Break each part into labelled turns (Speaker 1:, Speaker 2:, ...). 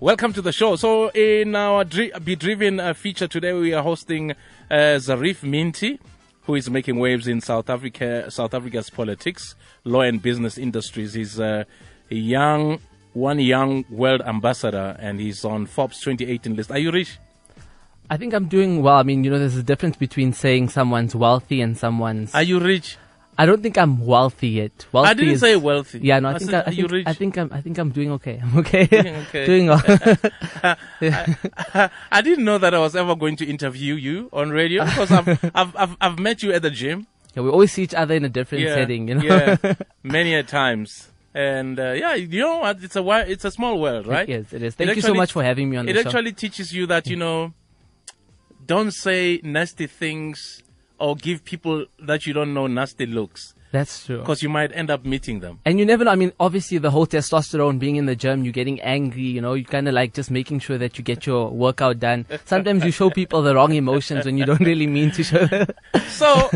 Speaker 1: Welcome to the show. So, in our Dri- Be Driven uh, feature today, we are hosting uh, Zarif Minty, who is making waves in South Africa, South Africa's politics, law, and business industries. He's uh, a young, one young world ambassador, and he's on Forbes 2018 list. Are you rich?
Speaker 2: I think I'm doing well. I mean, you know, there's a difference between saying someone's wealthy and someone's.
Speaker 1: Are
Speaker 2: I,
Speaker 1: you rich?
Speaker 2: don't think I'm wealthy yet. Wealthy
Speaker 1: I didn't
Speaker 2: is-
Speaker 1: say wealthy.
Speaker 2: Yeah, no, I, think
Speaker 1: said,
Speaker 2: I,
Speaker 1: are
Speaker 2: I
Speaker 1: you
Speaker 2: think,
Speaker 1: rich?
Speaker 2: I think I'm. I think I'm doing okay. I'm okay.
Speaker 1: okay.
Speaker 2: doing well.
Speaker 1: I didn't know that I was ever going to interview you on radio because I've, I've, I've, I've met you at the gym.
Speaker 2: yeah, we always see each other in a different setting. You know.
Speaker 1: yeah, many a times. And uh, yeah, you know, what? it's a wi- it's a small world, right?
Speaker 2: Yes, it is.
Speaker 1: It
Speaker 2: Thank you so
Speaker 1: actually-
Speaker 2: much for having me on
Speaker 1: It
Speaker 2: the show.
Speaker 1: actually teaches you that you know, don't say nasty things or give people that you don't know nasty looks
Speaker 2: That's true.
Speaker 1: because you might end up meeting them.
Speaker 2: And you never know. I mean, obviously, the whole testosterone being in the gym, you're getting angry, you know, you kind of like just making sure that you get your workout done. Sometimes you show people the wrong emotions when you don't really mean to show them.
Speaker 1: So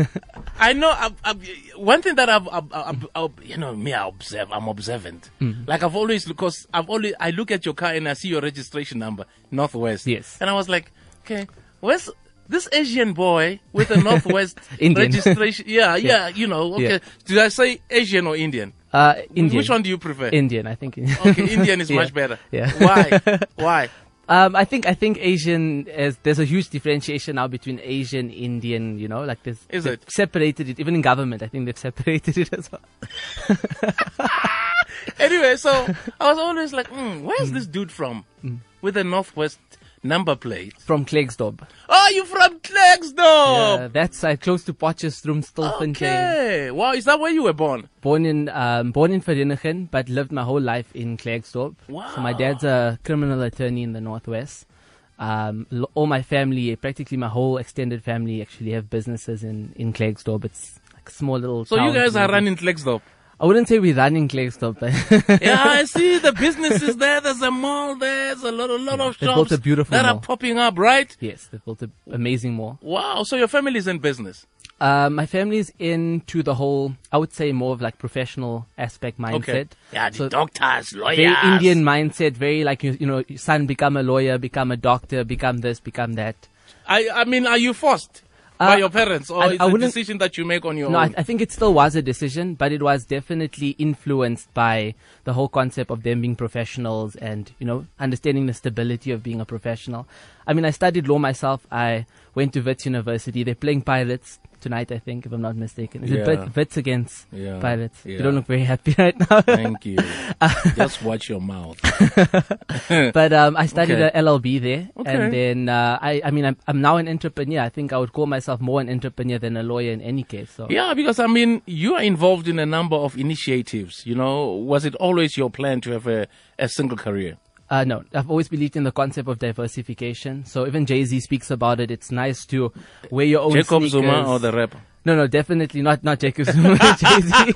Speaker 1: I know I've, I've, one thing that I've, I've, I've, I've- you know me I observe I'm observant.
Speaker 2: Mm-hmm.
Speaker 1: Like I've always because I've always I look at your car and I see your registration number Northwest.
Speaker 2: Yes.
Speaker 1: And I was like, okay, where's this Asian boy with a Northwest
Speaker 2: Indian.
Speaker 1: registration? Yeah, yeah, you know. Okay,
Speaker 2: Yeah.
Speaker 1: did I say Asian or Indian?
Speaker 2: Uh, Indian.
Speaker 1: Which one do you prefer?
Speaker 2: Indian, I think.
Speaker 1: Okay, Indian is much
Speaker 2: Yeah.
Speaker 1: better.
Speaker 2: Yeah.
Speaker 1: Why? Why?
Speaker 2: Um, I think I think Asian is there's a huge differentiation now between Asian, Indian. You know, like this
Speaker 1: Is
Speaker 2: they've
Speaker 1: it?
Speaker 2: separated it even in government? I think they've separated it as well.
Speaker 1: Anyway, so I was always like, mm, where's this dude from
Speaker 2: Mm.
Speaker 1: with a Northwest number plate?
Speaker 2: From Klerksdorp,
Speaker 1: Oh, you from
Speaker 2: uh,
Speaker 1: Klerksdorp?
Speaker 2: that side uh, close to Potchefstroom, Stilfontein.
Speaker 1: Oh. okay. Wow, is that where you were born?
Speaker 2: Born in um, born in Vereeniging, but lived my whole life in Klerksdorp. So my
Speaker 1: Wow.
Speaker 2: dad's a criminal attorney in the northwest. Um, l- all my family, practically my whole extended family, actually have businesses in in Klerksdorp. It's like a small little.
Speaker 1: So you
Speaker 2: town.
Speaker 1: guys are running Klerksdorp.
Speaker 2: I wouldn't say we're running Klerksdorp, but.
Speaker 1: yeah, I see the businesses there. There's a mall. There's a lot, a lot of
Speaker 2: They
Speaker 1: shops
Speaker 2: built a beautiful
Speaker 1: that are
Speaker 2: mall.
Speaker 1: popping up, right?
Speaker 2: Yes, they built an amazing mall.
Speaker 1: Wow. So your family's in business.
Speaker 2: Uh, my family's into the whole, I would say, more of like professional aspect mindset.
Speaker 1: Okay. Yeah, the
Speaker 2: So
Speaker 1: doctors, lawyers.
Speaker 2: very Indian mindset, very like you, you know, your son become a lawyer, become a doctor, become this, become that.
Speaker 1: I, I mean, are you forced by
Speaker 2: Uh,
Speaker 1: your parents, or
Speaker 2: I-
Speaker 1: it's
Speaker 2: I
Speaker 1: a
Speaker 2: wouldn't-
Speaker 1: decision that you make on your
Speaker 2: No, I,
Speaker 1: own?
Speaker 2: I think it still was a decision, but it was definitely influenced by the whole concept of them being professionals and, you know, understanding the stability of being a professional. I mean, I studied law myself. I went to Wits University. They're playing Pirates tonight, I think, if I'm not mistaken. Is it
Speaker 1: Yeah.
Speaker 2: Wits, Wits against
Speaker 1: Yeah,
Speaker 2: Pirates?
Speaker 1: yeah.
Speaker 2: You don't look very happy right now.
Speaker 1: Thank you.
Speaker 2: Uh,
Speaker 1: Just watch your mouth.
Speaker 2: but um, I studied
Speaker 1: Okay.
Speaker 2: at LLB there,
Speaker 1: Okay.
Speaker 2: and then uh, I, I mean, I'm, I'm now an entrepreneur. I think I would call myself more an entrepreneur than a lawyer in any case. So.
Speaker 1: Yeah, because I mean, you are involved in a number of initiatives. You know, was it always your plan to have a, a single career?
Speaker 2: Uh, no, I've always believed in the concept of diversification. So even Jay Z speaks about it. It's nice to wear your own
Speaker 1: Jacob
Speaker 2: sneakers.
Speaker 1: Zuma or the rapper?
Speaker 2: No, no, definitely not not Jacob Zuma. Jay Z.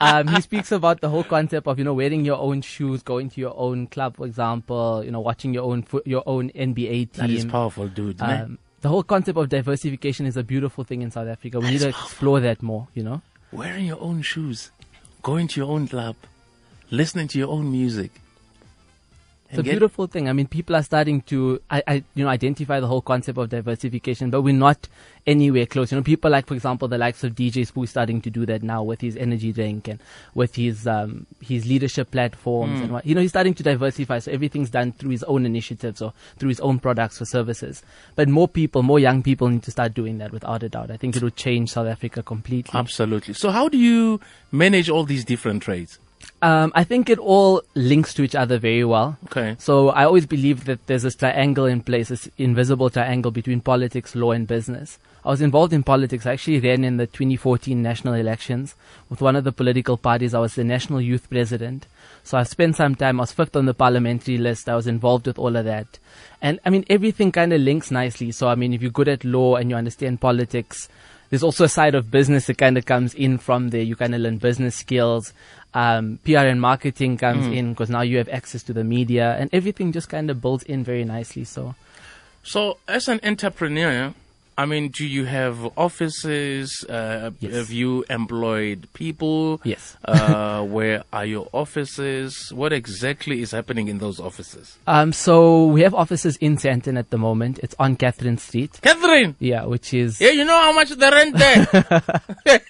Speaker 2: um, he speaks about the whole concept of you know wearing your own shoes, going to your own club, for example. You know, watching your own foot, your own NBA team.
Speaker 1: That is powerful, dude. man.
Speaker 2: Um, the whole concept of diversification is a beautiful thing in South Africa. We need to explore that more. You know.
Speaker 1: Wearing your own shoes, going to your own club, listening to your own music.
Speaker 2: It's a
Speaker 1: And get-
Speaker 2: beautiful thing. I mean, people are starting to, I, I, you know, identify the whole concept of diversification, but we're not anywhere close. You know, people like, for example, the likes of DJ Spoo starting to do that now with his energy drink and with his, um, his leadership platforms and what, you know, he's starting to diversify. So everything's done through his own initiatives or through his own products or services. But more people, more young people need to start doing that without a doubt. I think it will change South Africa completely.
Speaker 1: Absolutely. So, how do you manage all these different trades?
Speaker 2: Um, I think it all links to each other very well.
Speaker 1: Okay.
Speaker 2: So I always believe that there's this triangle in place, this invisible triangle between politics, law, and business. I was involved in politics. I actually ran in the 2014 national elections with one of the political parties. I was the national youth president. So I spent some time. I was fifth on the parliamentary list. I was involved with all of that. And I mean, everything kind of links nicely. So I mean, if you're good at law and you understand politics, there's also a side of business that kind of comes in from there. You kind of learn business skills. Um, PR and marketing comes in 'cause in because now you have access to the media and everything just kind of builds in very nicely. So
Speaker 1: So, as an entrepreneur, I mean, do you have offices? Uh,
Speaker 2: Yes.
Speaker 1: Have you employed people?
Speaker 2: Yes.
Speaker 1: uh, where are your offices? What exactly is happening in those offices?
Speaker 2: Um, so we have offices in Santon at the moment. It's on Catherine Street.
Speaker 1: Catherine!
Speaker 2: Yeah, which is
Speaker 1: Yeah, you know how much the rent there?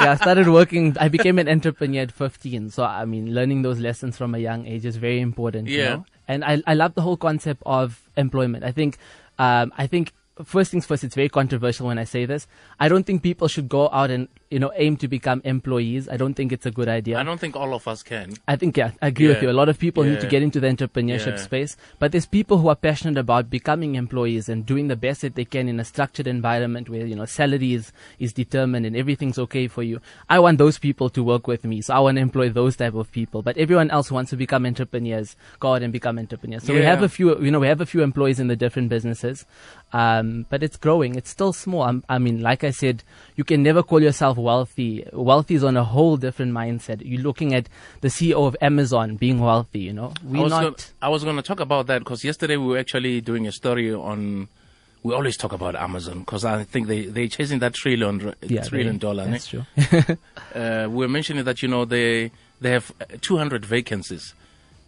Speaker 2: yeah, I started working. I became an entrepreneur at 15. So, I mean, learning those lessons from a young age is very important. You
Speaker 1: Yeah.
Speaker 2: know? And I, I love the whole concept of employment. I think, um, I think first things first, it's very controversial when I say this. I don't think people should go out and, you know, aim to become employees. I don't think it's a good idea.
Speaker 1: I don't think all of us can.
Speaker 2: I think yeah, I agree with
Speaker 1: Yeah.
Speaker 2: you. A lot of people need to
Speaker 1: Yeah.
Speaker 2: get into the entrepreneurship
Speaker 1: Yeah.
Speaker 2: space, but there's people who are passionate about becoming employees and doing the best that they can in a structured environment where you know salary is, is determined and everything's okay for you. I want those people to work with me, so I want to employ those type of people. But everyone else who wants to become entrepreneurs. Go out and become entrepreneurs. So we
Speaker 1: Yeah.
Speaker 2: have a few, you know, we have a few employees in the different businesses, um, but it's growing. It's still small. i I mean, like I said, you can never call yourself wealthy. Wealthy is on a whole different mindset. You're looking at the CEO of Amazon being wealthy. You know,
Speaker 1: I
Speaker 2: we're
Speaker 1: was
Speaker 2: not.
Speaker 1: Gonna, I was going to talk about that because yesterday we were actually doing a story on. We always talk about Amazon because I think they they chasing that trillion r-
Speaker 2: yeah,
Speaker 1: trillion
Speaker 2: they-
Speaker 1: dollar. ne?
Speaker 2: That's true.
Speaker 1: uh, we were mentioning that you know they they have uh, 200 vacancies,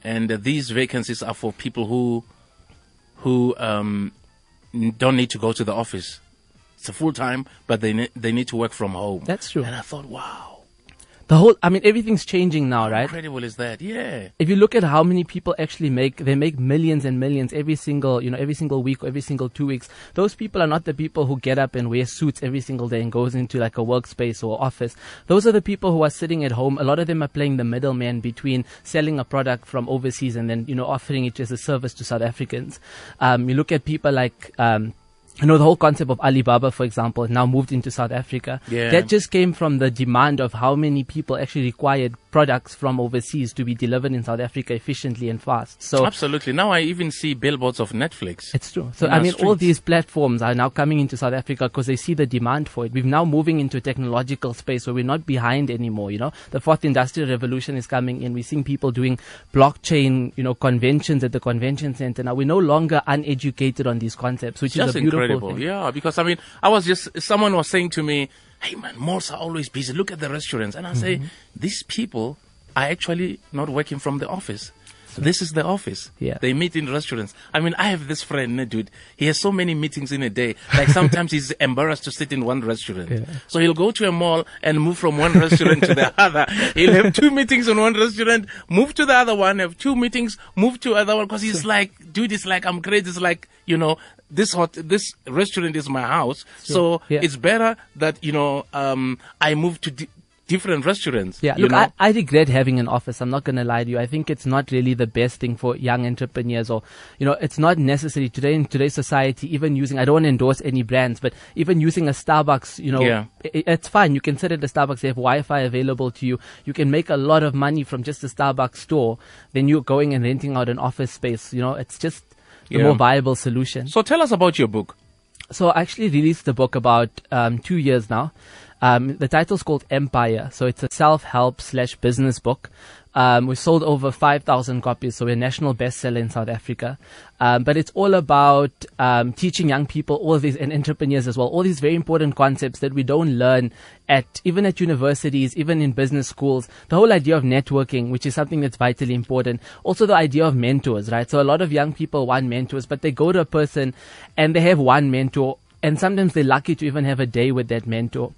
Speaker 1: and uh, these vacancies are for people who who um, n- don't need to go to the office. It's a full time, but they ne- they need to work from home.
Speaker 2: That's true.
Speaker 1: And I thought, wow,
Speaker 2: The whole. I mean, everything's changing now, right?
Speaker 1: incredible is that? Yeah.
Speaker 2: if you look at how many people actually make they make millions and millions every single you know every single week or every single two weeks those people are not the people who get up and wear suits every single day and goes into like a workspace or office those are the people who are sitting at home a lot of them are playing the middleman between selling a product from overseas and then you know offering it as a service to south africans um, you look at people like um, you know the whole concept of Alibaba, for example, now moved into South Africa.
Speaker 1: Yeah.
Speaker 2: That just came from the demand of how many people actually required products from overseas to be delivered in South Africa efficiently and fast. So
Speaker 1: Absolutely. Now I even see billboards of Netflix.
Speaker 2: it's true. So
Speaker 1: In
Speaker 2: I
Speaker 1: our
Speaker 2: mean, all
Speaker 1: streets.
Speaker 2: these platforms are now coming into South Africa because they see the demand for it. We're now moving into a technological space where we're not behind anymore. You know, the fourth industrial revolution is coming in. We're seeing people doing blockchain, you know, conventions at the convention center. Now we're no longer uneducated on these concepts, which
Speaker 1: just
Speaker 2: is a beautiful
Speaker 1: incredible.
Speaker 2: thing.
Speaker 1: Yeah, because I mean, I was just someone was saying to me, "Hey man, malls are always busy. Look at the restaurants." And I say,
Speaker 2: Mm-hmm.
Speaker 1: "These people are actually not working from the office. This is the office.
Speaker 2: Yeah.
Speaker 1: They meet in restaurants. I mean, I have this friend, eh, dude. He has so many meetings in a day. Like sometimes he's embarrassed to sit in one restaurant. So he'll go to a mall and move from one restaurant to the other. He'll have two meetings in one restaurant, move to the other one, have two meetings, move to other one. Cause he's like, dude, it's like, I'm crazy. It's like, you know, this hot, this restaurant is my house. So
Speaker 2: Yeah.
Speaker 1: it's better that, you know, um, I move to di- different restaurants.
Speaker 2: Yeah,
Speaker 1: you
Speaker 2: look,
Speaker 1: know?
Speaker 2: I, I regret having an office. I'm not going to lie to you. I think it's not really the best thing for young entrepreneurs or, you know, it's not necessary today in today's society, even using, I don't want to endorse any brands, but even using a Starbucks, you know,
Speaker 1: Yeah.
Speaker 2: i- i- it's fine. You can sit at the Starbucks. They have Wi-Fi available to you. You can make a lot of money from just a Starbucks store. Then you're going and renting out an office space. You know, it's just the
Speaker 1: Yeah.
Speaker 2: more viable solution.
Speaker 1: so tell us about your book.
Speaker 2: So I actually released the book about um, two years now. Um, the title's called Empire. So it's a self-help slash business book. Um, we sold over 5,000 copies, so we're a national bestseller in South Africa. Um, but it's all about um, teaching young people all these and entrepreneurs as well, all these very important concepts that we don't learn at even at universities, even in business schools. The whole idea of networking, which is something that's vitally important. Also the idea of mentors, right? So a lot of young people want mentors, but they go to a person and they have one mentor and sometimes they're lucky to even have a day with that mentor.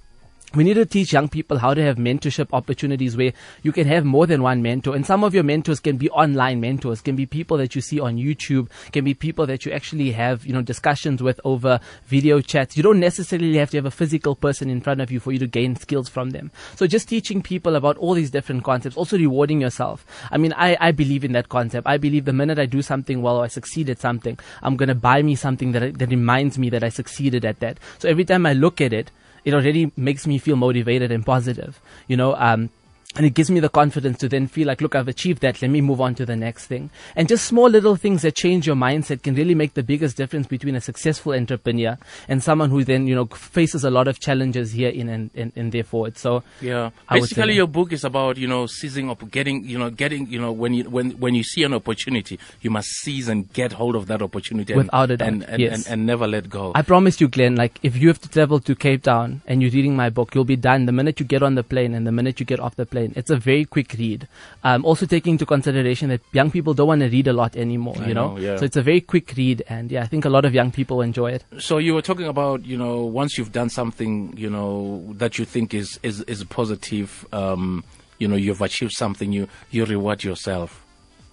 Speaker 2: We need to teach young people how to have mentorship opportunities where you can have more than one mentor. And some of your mentors can be online mentors, can be people that you see on YouTube, can be people that you actually have, you know, discussions with over video chats. You don't necessarily have to have a physical person in front of you for you to gain skills from them. So just teaching people about all these different concepts, also rewarding yourself. I mean, I, I believe in that concept. I believe the minute I do something well or I succeed at something, I'm going to buy me something that, that reminds me that I succeeded at that. So every time I look at it, it already makes me feel motivated and positive. You know, um, and it gives me the confidence to then feel like, look, I've achieved that. Let me move on to the next thing. And just small little things that change your mindset can really make the biggest difference between a successful entrepreneur and someone who then, you know, faces a lot of challenges here in and in, in their forward. So
Speaker 1: Yeah.
Speaker 2: I would say
Speaker 1: Basically,
Speaker 2: that.
Speaker 1: your book is about you know seizing up, getting you know getting you know when you when when you see an opportunity, you must seize and get hold of that opportunity and-
Speaker 2: Without a doubt,
Speaker 1: and and,
Speaker 2: yes.
Speaker 1: and, and never let go.
Speaker 2: I promise you, Glenn, like if you have to travel to Cape Town and you're reading my book, you'll be done the minute you get on the plane and the minute you get off the plane. It's a very quick read. Um, also taking into consideration that young people don't want to read a lot anymore,
Speaker 1: I
Speaker 2: you know?
Speaker 1: know, yeah.
Speaker 2: So it's a very quick read. And yeah, I think a lot of young people enjoy it.
Speaker 1: so you were talking about you know once you've done something you know that you think is is is positive, um, you know you've achieved something, you you reward yourself,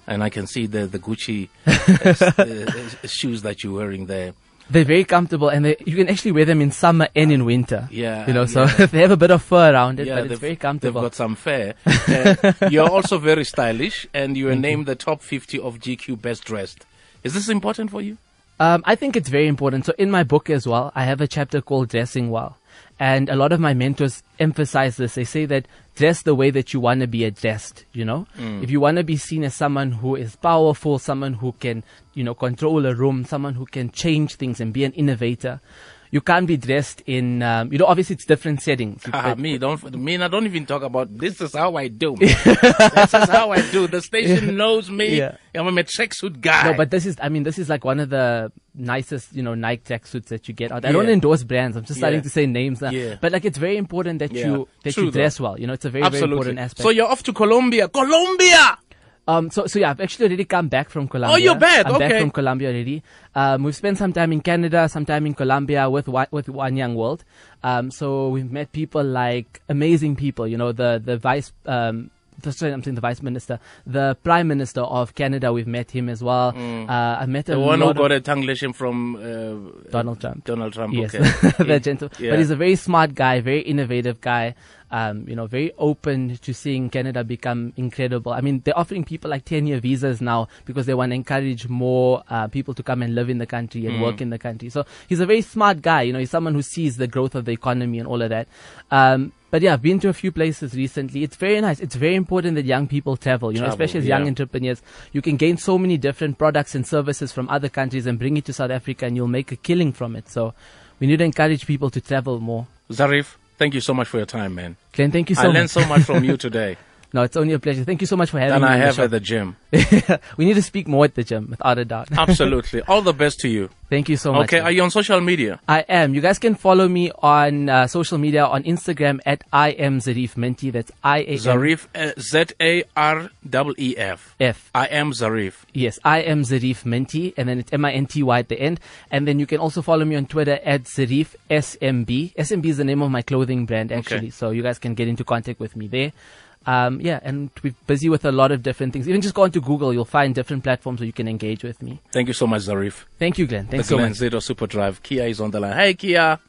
Speaker 1: and I can see the the Gucci uh, s- uh, uh, shoes that you're wearing there.
Speaker 2: They're very comfortable and they, you can actually wear them in summer and in winter.
Speaker 1: Yeah,
Speaker 2: You know, so
Speaker 1: yeah.
Speaker 2: they have a bit of fur around it,
Speaker 1: Yeah,
Speaker 2: but it's
Speaker 1: they've-
Speaker 2: very
Speaker 1: They've
Speaker 2: comfortable.
Speaker 1: got some fair. Uh, you're also very stylish, and you were named the top 50 of GQ Best Dressed. Is this important for you?
Speaker 2: Um, I think it's very important. So in my book as well, I have a chapter called Dressing Well. And a lot of my mentors emphasize this. They say that dress the way that you want to be addressed, you know? If you want to be seen as someone who is powerful, someone who can, you know, control a room, someone who can change things and be an innovator, you can't be dressed in, um, you know, obviously it's different settings.
Speaker 1: Ah,
Speaker 2: but-
Speaker 1: me, don't me. and I don't even talk about this. Is how I do. man. this is how I do. The station knows me.
Speaker 2: Yeah.
Speaker 1: I'm a tracksuit guy.
Speaker 2: No, but this is, I mean, this is like one of the nicest, you know, Nike tracksuits that you get out. I
Speaker 1: Yeah.
Speaker 2: don't endorse brands. I'm just starting
Speaker 1: Yeah.
Speaker 2: to say names now.
Speaker 1: Yeah.
Speaker 2: But like, it's very important that
Speaker 1: Yeah.
Speaker 2: you, that
Speaker 1: True,
Speaker 2: you dress well. You know, it's a very, very
Speaker 1: absolutely.
Speaker 2: important aspect.
Speaker 1: So you're off to Colombia. Colombia.
Speaker 2: um, so, so yeah, I've actually already come back from Colombia.
Speaker 1: Oh, you're back,
Speaker 2: I'm back
Speaker 1: okay.
Speaker 2: from Colombia already. Um, we've spent some time in Canada, some time in Colombia with, Wa- with One Young World. Um, so we've met people like amazing people, you know, the, the vice, um, the, sorry, I'm saying the vice minister, the prime minister of Canada. We've met him as well. Uh, I met a
Speaker 1: Mm. The one who
Speaker 2: lot of-
Speaker 1: got a tongue lashing from uh,
Speaker 2: Donald Trump.
Speaker 1: Donald Trump.
Speaker 2: Yes,
Speaker 1: Okay.
Speaker 2: the gentle.
Speaker 1: yeah.
Speaker 2: But he's a very smart guy, very innovative guy. Um, you know, very open to seeing Canada become incredible. I mean, they're offering people like ten-year visas now because they want to encourage more uh, people to come and live in the country
Speaker 1: Mm.
Speaker 2: and work in the country. So he's a very smart guy. You know, he's someone who sees the growth of the economy and all of that. Um, but yeah, I've been to a few places recently. It's very nice. It's very important that young people travel. You know,
Speaker 1: Travel,
Speaker 2: especially as
Speaker 1: yeah.
Speaker 2: young entrepreneurs, you can gain so many different products and services from other countries and bring it to South Africa and you'll make a killing from it. So we need to encourage people to travel more.
Speaker 1: Zarif, thank you so much for your time, man.
Speaker 2: Glenn, thank you
Speaker 1: I
Speaker 2: so
Speaker 1: learned
Speaker 2: much.
Speaker 1: so much from you today,
Speaker 2: No, it's only a pleasure. Thank you so much for having
Speaker 1: and
Speaker 2: me.
Speaker 1: I
Speaker 2: on
Speaker 1: have
Speaker 2: the
Speaker 1: at
Speaker 2: show.
Speaker 1: the gym.
Speaker 2: we need to speak more at the gym, without a doubt.
Speaker 1: Absolutely. All the best to you.
Speaker 2: Thank you so much.
Speaker 1: Okay, are you on social media?
Speaker 2: I am. You guys can follow me on uh, social media on Instagram at I am Zarif Minty. That's I A M
Speaker 1: Zarif, uh, Z A R E E F.
Speaker 2: F.
Speaker 1: I am Zarif.
Speaker 2: Yes, I am Zarif Minty, and then it's M I N T Y at the end. And then you can also follow me on Twitter at Zarif SMB. SMB is the name of my clothing brand, actually. So you guys can get into contact with me there. Um, yeah, and we're busy with a lot of different things. Even just go onto Google, you'll find different platforms where you can engage with me.
Speaker 1: Thank you so much, Zarif.
Speaker 2: Thank you, Glenn. Thanks
Speaker 1: the
Speaker 2: so
Speaker 1: Glen
Speaker 2: much.
Speaker 1: Zito Superdrive. Kia is on the line. Hey, Kia.